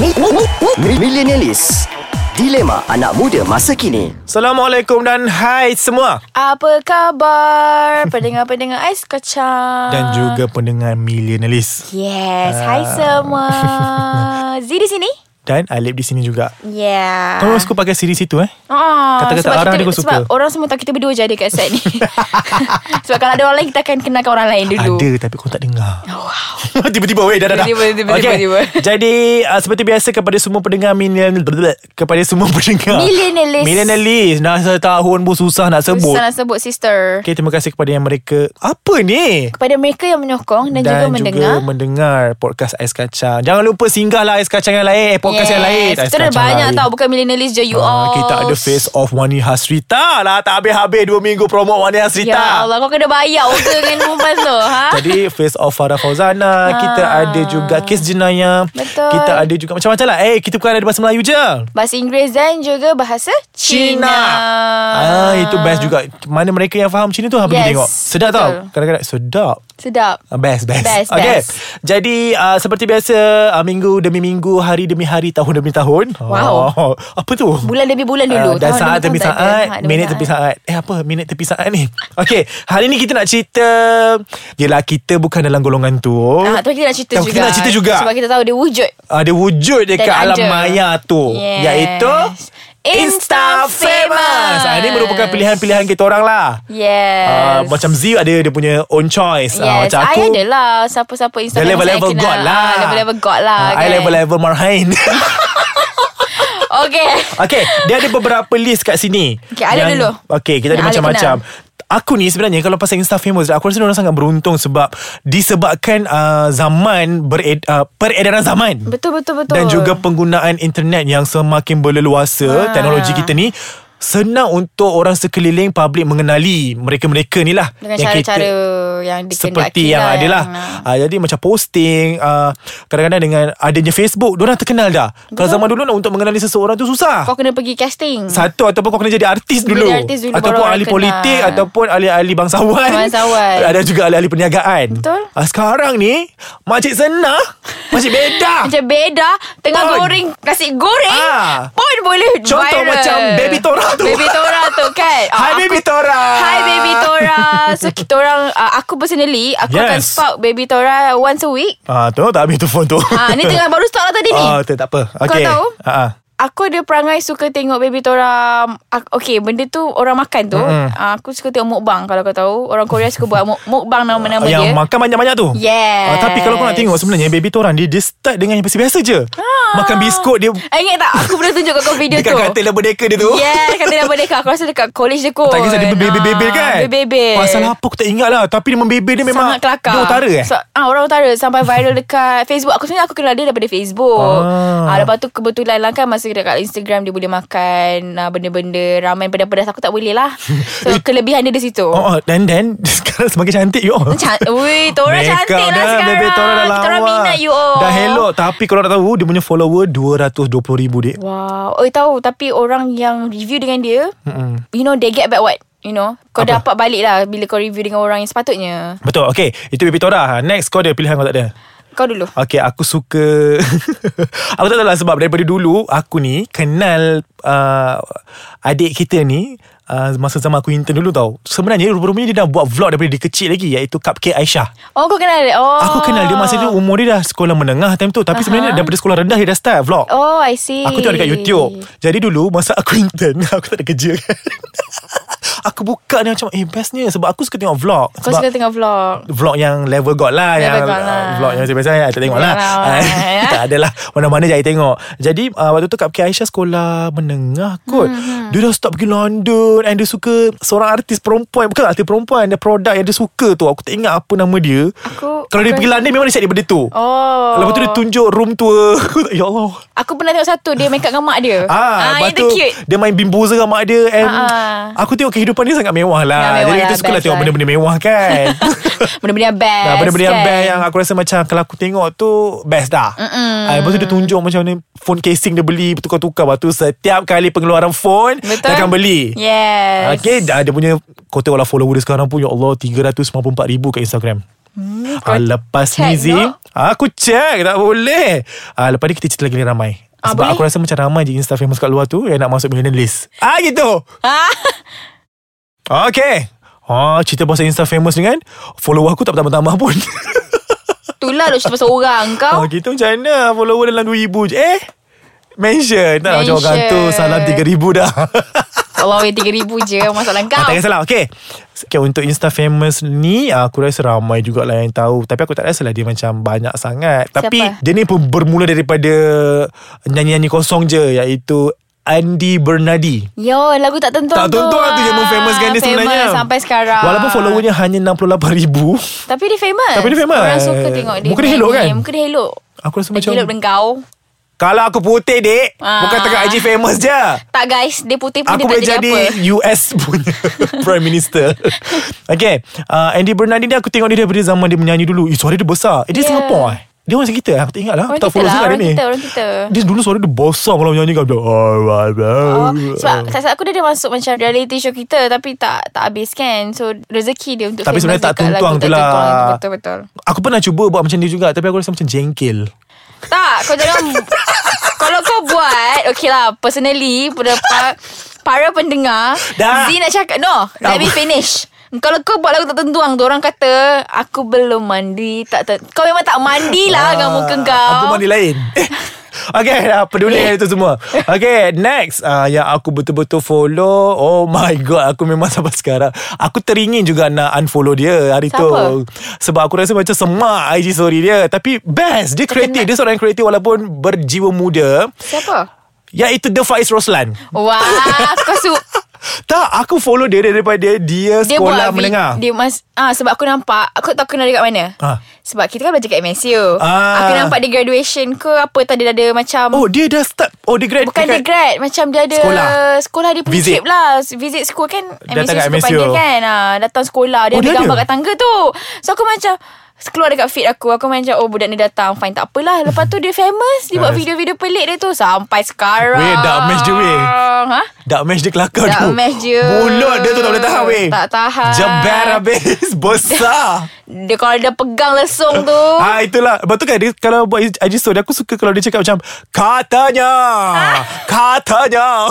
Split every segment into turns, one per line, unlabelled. Mi- mi- mi- mi- Millenialis Dilema anak muda masa kini
Assalamualaikum dan hai semua
Apa khabar pendengar-pendengar ais kacang
Dan Ah. juga pendengar milenialis
Yes, hai semua Z di sini?
Dan Alip di sini juga
Yeah
Kamu memang suka pakai siri situ eh
Ah,
Kata-kata
sebab
arah
kita,
dia kau
Sebab
suka.
orang semua tahu kita berdua je ada kat set ni Sebab kalau ada orang lain Kita akan kenalkan orang lain dulu
Ada tapi kau tak dengar oh, wow. Tiba-tiba weh dah dah dah
Tiba-tiba,
Okey.
tiba-tiba.
Jadi uh, seperti biasa kepada semua pendengar milenial Kepada semua pendengar
Millenialis.
Milenialis Dah setahun pun susah nak sebut
Susah nak sebut sister
Okay, terima kasih kepada yang mereka Apa ni?
Kepada mereka yang menyokong Dan, juga mendengar
mendengar podcast Ais Kacang. Jangan lupa singgahlah Ais Kacang yang lain, eh, podcast yang lain. Ais
Kita dah
Kacang
banyak
lain.
tau Bukan millennialist je You
Ah,
all
kita ada face off Wani Hasrita lah Tak habis-habis Dua minggu promo Wani Hasrita
Ya Allah Kau kena bayar ke Dengan perempuan tu ha?
Jadi face off Farah Fauzana Kita
Ah.
ada juga Kes jenayah
Betul.
Kita ada juga Macam-macam lah Eh kita bukan ada bahasa Melayu je
Bahasa Inggeris dan juga bahasa Cina.
ah, Itu best juga Mana mereka yang faham Cina tu Habis yes,
Yes,
tengok Sedap
betul.
tau Kadang-kadang sedap
Sedap.
Ah, Best, best.
Best,
okay.
best.
Jadi uh, seperti biasa uh, minggu demi minggu, hari demi hari, tahun demi tahun.
Wow.
Oh, apa tu?
Bulan demi bulan
Ah,
dulu.
dan
Tahun
saat
demi
demi
tahun tak ada.
saat,
Saat demi
minit
saat.
tepi saat. Eh apa? Minit tepi saat ni. Okay, hari ni kita nak cerita Yelah kita bukan dalam golongan tu.
Ah, tapi kita nak cerita
Tapi
juga.
kita nak cerita juga.
Sebab kita tahu dia wujud.
Ada wujud
Dan
dekat alam
ada.
maya tu
Yes.
Iaitu Insta
Insta
Famous ah, Ini merupakan pilihan-pilihan kita orang lah
Yes.
Ah, Macam Z ada dia punya own choice
Yes,
Ah, Macam aku
I adalah siapa-siapa
Dia
Instagram Ah,
level-level God lah
Level-level God lah.
Ah, I level-level Marhain
Okay.
Okay Dia ada beberapa list kat sini
Okay, Alif
Yang-
dulu.
Okay kita ada
Yang Alif
macam-macam Aku ni sebenarnya Kalau pasal Insta famous Aku rasa orang sangat beruntung Sebab Disebabkan uh, Zaman bered, uh, Peredaran zaman
Betul, betul, betul.
Dan juga penggunaan internet Yang semakin berleluasa
Ah.
Teknologi kita ni Senang untuk orang sekeliling Publik mengenali Mereka-mereka ni lah
Dengan
yang kita-
cara-cara yang dikendaki
seperti yang
lah,
ada lah uh, Jadi macam posting uh, Kadang-kadang dengan Adanya Facebook Diorang terkenal dah Kalau zaman dulu nak Untuk mengenali seseorang tu susah
Kau kena pergi casting.
satu ataupun kau kena jadi artis
Kena
dulu,
jadi artis dulu,
Ataupun
baru orang
ahli
kenal.
politik Ataupun ahli-ahli bangsawan
Bangsawan.
Ada juga ahli-ahli perniagaan
Betul.
ah, Sekarang ni Makcik Senah Makcik Beda
Macam beda Tengah
Pun.
pun. goreng Nasi goreng
Ah.
Pun boleh
Contoh
viral.
macam Baby Tora tu.
Baby Tora tu kan Ah,
Hai, Baby Tora.
Hai Baby Tora So kita orang ah, Aku personally Aku
Yes.
akan spout Baby Tora Once a week
ah, Tu tak habis tu phone tu
Ah, Ni tengah baru start lah tadi ni
Ah, tu, tak apa
Kau
okay.
tahu?
ah, ah.
Aku ada perangai suka tengok Baby Tora Ak- Okay benda tu orang makan tu Ah, Aku suka tengok mukbang kalau kau tahu Orang Korea suka buat muk- mukbang nama-nama
Yang
dia
makan banyak-banyak tu
Yes.
Ah, Tapi kalau kau nak tengok Sebenarnya baby tu orang Dia, dia start dengan yang biasa-biasa je Makan biskut Dia
Ah, Ingat tak aku pernah tunjuk kat kau video
Dekat
tu
katil dan berdeka dia tu
Yeah Kata dia berdeka Aku rasa dekat college dia kot
Tak kisah dia berbebel-bebel kan
Ah, Berbebel
Pasal apa aku tak ingat lah Tapi dia membebel dia memang
Sangat kelakar
Dia utara eh
so, ah, Orang utara Sampai viral dekat Facebook Aku sebenarnya aku kenal dia Daripada Facebook
Ah.
ah. Lepas tu kebetulan lah kan Masa dekat Instagram Dia boleh makan ah, Benda-benda Ramen pedas-pedas Aku tak boleh lah So kelebihan dia di situ
Oh, oh dan dan sekarang semakin cantik you all.
Cantik Ui Tora
Makeup
cantik lah
dah,
sekarang
Bebel Tora dah lawa
Kita orang minat you all
Dah hello Tapi kalau nak tahu Dia punya follower 220 ribu dek
Wow Oh tahu Tapi orang yang review dengan dia
Mm-mm.
You know they get back what You know Kau
Apa?
dapat balik lah Bila kau review dengan orang yang sepatutnya
Betul okay Itu Baby Tora Next kau ada pilihan kau tak ada
Kau dulu
Okay aku suka Aku tak tahu lah sebab Daripada dulu Aku ni Kenal uh, Adik kita ni uh, Masa zaman aku intern dulu tau Sebenarnya rupanya dia dah buat vlog Daripada dia kecil lagi Iaitu Cupcake Aisyah
Oh kau kenal dia oh.
Aku kenal dia masa tu umur dia dah sekolah menengah time tu Tapi sebenarnya daripada sekolah rendah dia dah start vlog
Oh I see
Aku tengok dekat YouTube Jadi dulu masa aku intern Aku tak ada kerja kan Aku buka ni macam Eh bestnya Sebab aku suka tengok vlog
Kau
Sebab
suka tengok vlog
Vlog yang level god lah yang,
Level god lah.
uh, Vlog yang macam biasa lah, Tak tengok lah
Tengok lah, ya.
Tak adalah Mana-mana je I tengok Jadi uh, waktu tu Cupcake Aisyah sekolah menengah kot hmm.
Mm-hmm.
Dia dah start pergi London And dia suka Seorang artis perempuan Bukan artis perempuan Dia produk yang dia suka tu Aku tak ingat apa nama dia
Aku-
Kalau dia
aku-
pergi London Memang dia set daripada tu
Oh
Lepas tu dia tunjuk room tour Aku tak- Ya Allah
Aku pernah tengok satu Dia make up dengan mak dia
Ah, lepas
Itu
tu
cute
dia main bimboza dengan mak dia and
Ah, ah.
aku tengok kehidupan dia sangat mewah lah.
Sangat mewah
Jadi kita
lah,
suka lah
best
tengok
lah.
benda-benda mewah kan.
Benda-benda yang best
Nah, Ah, benda-benda yang
kan?
best yang aku rasa macam kalau aku tengok tu best dah. Ah, lepas tu dia tunjuk macam mana phone casing dia beli bertukar-tukar. Lepas tu setiap kali pengeluaran phone
Betul
dia akan beli.
Yes
Okay, dah dia punya kau tengok lah follower dia sekarang pun ya Allah 394,000 kat Instagram. Hmm, ah, lepas
check,
ni Zee,
no?
Aku check Tak boleh ah, Lepas ni kita cerita lagi dengan ramai
Ah,
Sebab
boleh?
aku rasa macam ramai je Insta famous kat luar tu Yang nak masuk millionaire list Ah gitu
Ah,
Okay Ah, cerita pasal Insta famous ni kan Follower aku tak bertambah-tambah pun
itulah lu cerita pasal orang
oh.
kau.
Kita macam mana Follower dalam 2,000 je Eh Mention Tak macam orang
Mention. Ah,
tu Salam 3,000 dah
Allah weh 3000 je masalah
ah,
kau.
Tak kisahlah Okay Okay untuk Insta famous ni Aku rasa ramai jugalah yang tahu Tapi aku tak rasa lah Dia macam banyak sangat Tapi
Siapa?
Dia ni pun bermula daripada Nyanyi-nyanyi kosong je Iaitu Andy Bernardi
Yo, lagu tak tentu
Tak
tu
tonton tu yang
Ah,
memfamouskan kan dia
famous
sebenarnya
sampai sekarang.
Walaupun followernya hanya 68 ribu
Tapi dia famous
Tapi dia famous.
Orang suka tengok dia
Muka dia elok
nyanyi.
kan?
Muka dia elok
Aku rasa
Lagi
macam
elok dengan kau
Kalau aku putih dek
Ah.
Bukan tengah IG famous je
Tak guys Dia putih pun
Aku
dia tak
boleh jadi
jadi, apa
US punya Prime Minister Okay uh, Andy Bernardi ni Aku tengok dia daripada zaman Dia menyanyi dulu Eh suara dia besar eh, Dia
Yeah.
Singapore eh dia orang kita Aku tak ingat lah
Ya.
Aku
Orang
tak
kita
follow
lah,
sangat
orang
dia ni
kita, orang kita.
Dia dulu suara dia besar Kalau menyanyi kan Dia alright
Oh,
oh,
sebab tak salah aku dia, dia masuk macam reality show kita Tapi tak tak habis kan So rezeki dia untuk
Tapi
famous
sebenarnya tak
dekat lagu
tuntuang
Tak
tu lah.
tuntuang tu, Betul-betul
Aku pernah cuba Buat macam dia juga Tapi aku rasa macam jengkel
Tak kau jangan Kalau kau buat Okay lah personally pada pa- Para pendengar
Dah.
Z nak cakap No
Tak
Let me
apa.
finish kalau kau buat lagu tak tentuang tu Orang kata Aku belum mandi tak ten- Kau memang tak mandi lah Dengan muka kau
Aku Ah, mandi lain Eh, Okay dah peduli dengan itu semua Okay next uh, Yang aku betul-betul follow Oh my god Aku memang sampai sekarang Aku teringin juga nak unfollow dia hari tu
Siapa?
Sebab aku rasa macam semak IG story dia Tapi best Dia kreatif Dia seorang yang kreatif walaupun berjiwa muda
Siapa?
Iaitu The Faiz Roslan
Wah Kau su-
Tak aku follow dia daripada dia,
Dia buat
sekolah
vi-
menengah
Dia mas ah sebab aku nampak aku tak kenal dekat mana.
Ah.
Sebab kita kan belajar kat MSU.
Ah.
Aku nampak dia graduation ke apa tadi dia ada macam
Oh dia dah start Oh dia grad
bukan dia grad macam dia ada
Sekolah.
sekolah dia punya
Visit.
trip lah. Visit school kan
Datang kat
suka
MSU.
panggil kan. Ah datang sekolah dia
Oh,
oh, ada
dia
gambar
ada?
kat tangga tu. So aku macam keluar dekat feed aku Aku macam Oh budak ni datang Fine tak apalah Lepas tu dia famous Dia
Yes.
buat video-video pelik dia tu Sampai sekarang
Weh, dah match dia, weh.
ha?
Dak mesh dia kelakar
Dak
tu
mesh dia.
Mulut dia tu tak boleh tahan weh
Tak tahan.
Jeber habis Besar
Dia kalau dia pegang lesung tu
Ah itulah Lepas tu kan dia, Kalau buat IG story Aku suka kalau dia cakap macam Katanya Katanya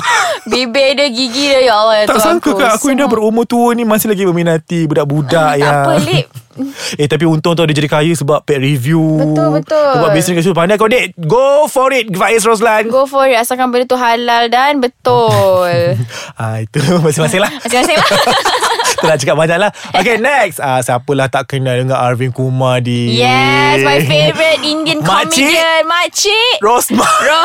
Bibir dia Gigi dia Ya Allah ya
Tak
Tuhan
sangka
aku.
kan Aku yang dah berumur tua ni Masih lagi meminati Budak-budak
Ah, Tak
yang
apa, Lip.
Eh tapi untung tau Dia jadi kaya sebab Paid review
Betul, betul.
Dia buat bisnes kat situ Pandai kau dek Go for it Faiz Roslan
Go for it Asalkan benda tu halal Dan betul
Ah Itu masing-masing lah
Masing-masing lah
Telah cakap banyak lah Okay next ah, Siapalah tak kenal dengan Arvin Kumar di
Yes My favourite Indian
Makcik.
comedian Makcik
Rosma
Ro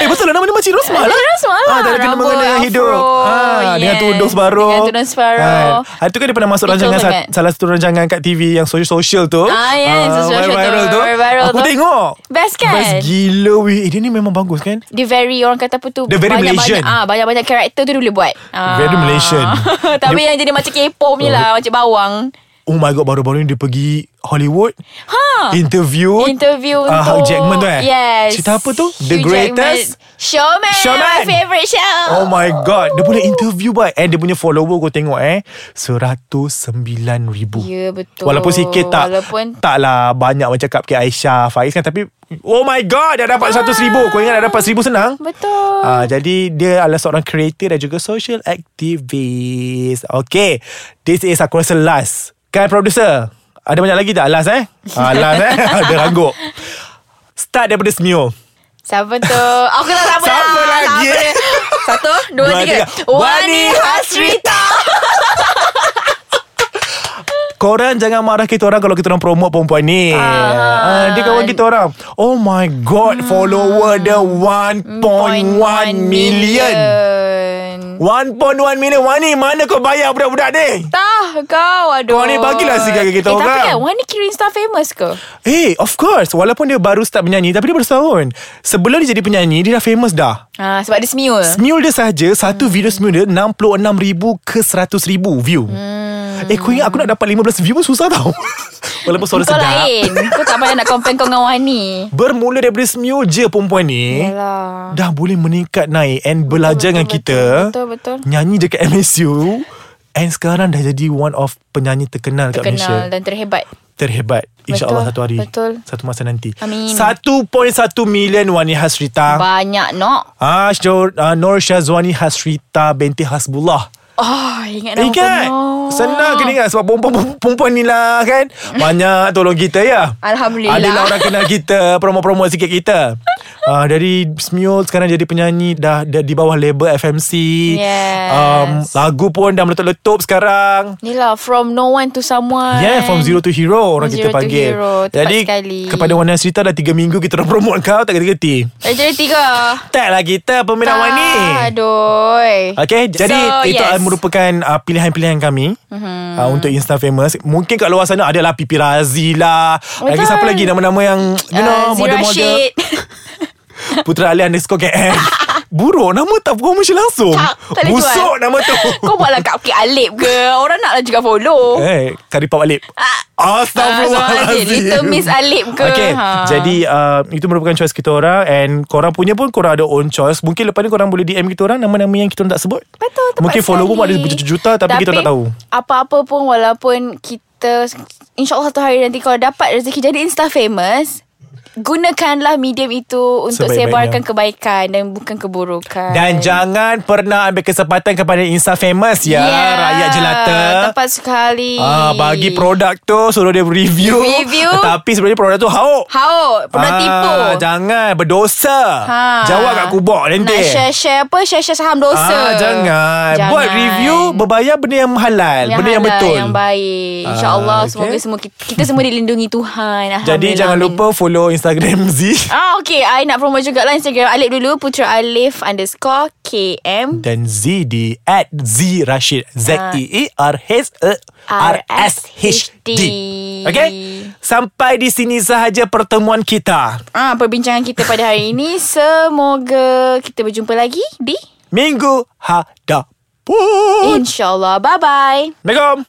Eh betul lah nama dia Makcik Rosma lah
Rosma lah.
ah, Tak ada kena
Rambut
mengenai
afro.
hidup ah, Dengan
Yes.
tudung separuh
Dengan tudung separuh.
ah. Hari tu kan dia pernah masuk
Dia
rancangan
close
sa-
sangat.
Salah satu rancangan kat TV Yang social-social tu
Ah, yes, social-social tu.
viral tu
Viral
Aku
tu.
tengok
Best kan?
Best gila weh Eh, Dia ni memang bagus kan
Dia very Orang kata apa tu
Dia very Malaysian.
banyak, ah, Banyak-banyak karakter tu dia boleh buat ah.
Very Malaysian.
Tapi yang jadi macam kepo punya lah Macam bawang
Oh my god baru-baru ni dia pergi Hollywood
Ha
Interview
Interview
Ah,
untuk
Hugh Jackman tu eh
Yes
Cerita apa tu The
Hugh
Greatest
Jackman. Showman,
Showman.
My favourite show
Oh my god Dia boleh interview buat And dia punya follower kau tengok eh 109 ribu
Ya betul
Walaupun sikit tak
Walaupun
Tak lah Banyak macam Cupcake Aisyah Faiz kan Tapi Oh my god Dah dapat 100 ribu Kau ingat dah dapat 1000 senang
Betul
Ah, jadi dia adalah seorang creator dan juga social activist. Okay. This is aku rasa last. Kan producer? Ada banyak lagi tak? Last eh? Ah, last eh? Ada rangguk. Start daripada Smio.
Siapa tu Oh, Aku tak tahu apa
Siapa
lah.
lagi?
Siapa dia? Satu Dua,
Dua,
tiga,
tiga. Wani
Wani Hasrita
Korang jangan marah kita orang Kalau kita orang promote perempuan ni uh, Dia kawan kita orang Oh my god Follower dia 1.1 Hmm, million 1.1 million Wani mana kau bayar budak-budak ni
Tah kau Aduh
Kau ni bagilah sikit kat kita
eh, Tapi
orang.
kan Wani kira Insta famous ke
Eh hey, of course Walaupun dia baru start menyanyi Tapi dia baru setahun Sebelum dia jadi penyanyi Dia dah famous dah
ha, Sebab dia semua
Smule dia saja Satu video Smule dia 66,000 ke 100,000 view Eh kau ingat aku nak dapat 15 view pun susah tau Walaupun suara
Kau
sedap
lain Kau tak payah nak compare kau dengan Wani
Bermula daripada Smule je perempuan ni
Yalah
Dah boleh meningkat naik And belajar Eh, dengan
betul,
kita
betul, betul.
Nyanyi dekat MSU And sekarang dah jadi One of penyanyi terkenal, kat Malaysia
Terkenal dan terhebat
Terhebat InsyaAllah
Betul,
satu hari
betul.
Satu masa nanti
Amin.
1.1 million Wani Hasrita
Banyak nok
Ah, Syur- ah, Nur Syazwani Hasrita binti Hasbullah
Oh ingat nama
Eh, Ingat
penuh
Senang kan? kena ingat Sebab perempuan, perempuan ni lah kan Banyak tolong kita ya
Alhamdulillah.
Adalah orang kenal kita Promo-promo sikit kita uh, Dari Smule Sekarang jadi penyanyi Dah, dah di bawah label FMC
Yes.
Um, Lagu pun dah meletup-letup sekarang
Yelah lah, from no one to someone
Yeah, from zero to hero orang
From
kita
zero to
panggil.
hero, tepat
Jadi
sekali.
kepada Wana Cerita dah 3 minggu kita dah promote kau tak keti-keti.
Eh, Jadi tiga
Taklah lah kita peminat Wani. Ah,
Aduh
Okay, jadi
So,
itu
yes.
merupakan uh, pilihan-pilihan kami mm-hmm. uh, untuk Insta Famous. Mungkin kat luar sana adalah Pipi Razi lah. Lagi
Betul.
siapa lagi nama-nama yang you know,
Ah, Zira
model-model.
Shade
Putra Ali underscore KM. Buruk nama tak promotion langsung.
Tak, tak boleh
Busuk
jual.
nama tu.
Kau buatlah cupcake Alip ke Orang naklah juga follow
Eh, Kari Pak Alip. Astaghfirullahaladzim.
Astaghfirullahalazim. Ah. Little Miss Alip ke?
Okay,
Ha.
jadi uh, itu merupakan choice kita orang and korang punya pun korang ada own choice. Mungkin lepas ni korang boleh DM kita orang nama-nama yang kita orang tak sebut.
Betul tepat
Mungkin follow pun ada
sekali.
berjuta-juta tapi, tapi kita tak tahu.
Apa-apa pun walaupun kita InsyaAllah satu hari nanti Kalau dapat rezeki jadi Insta famous Gunakanlah medium itu Untuk
Sebaik-baiknya.
sebarkan kebaikan Dan bukan keburukan
Dan jangan pernah ambil kesempatan kepada Insta famous ya yeah, rakyat jelata.
Tepat sekali
Ah bagi produk tu suruh dia review.
Review.
Tapi sebenarnya produk tu hauk.
How Produk tipu
Jangan berdosa. Ah,
Ha.
Jawab kat kubok nanti.
Nak share-share apa Share-share saham dosa
Ah, jangan. jangan Buat review Berbayar benda yang halal
yang
Benda yang
halal,
betul
Yang baik InsyaAllah
Ah,
okay. Semoga
okay.
semua kita, kita semua dilindungi Tuhan
Jadi
Alhamdulillah.
jangan
Amin.
lupa Follow Instagram Z
Ah okay I nak promote juga lah Instagram Alif dulu Putra Alif underscore KM
Dan Z di At Z E Rashid E Z-E-E-R-H-R-S-H-D Okay Sampai di sini sahaja Pertemuan kita
Ah Perbincangan kita pada hari ini Semoga kita berjumpa lagi di
Minggu hadapan
InsyaAllah Bye-bye
Assalamualaikum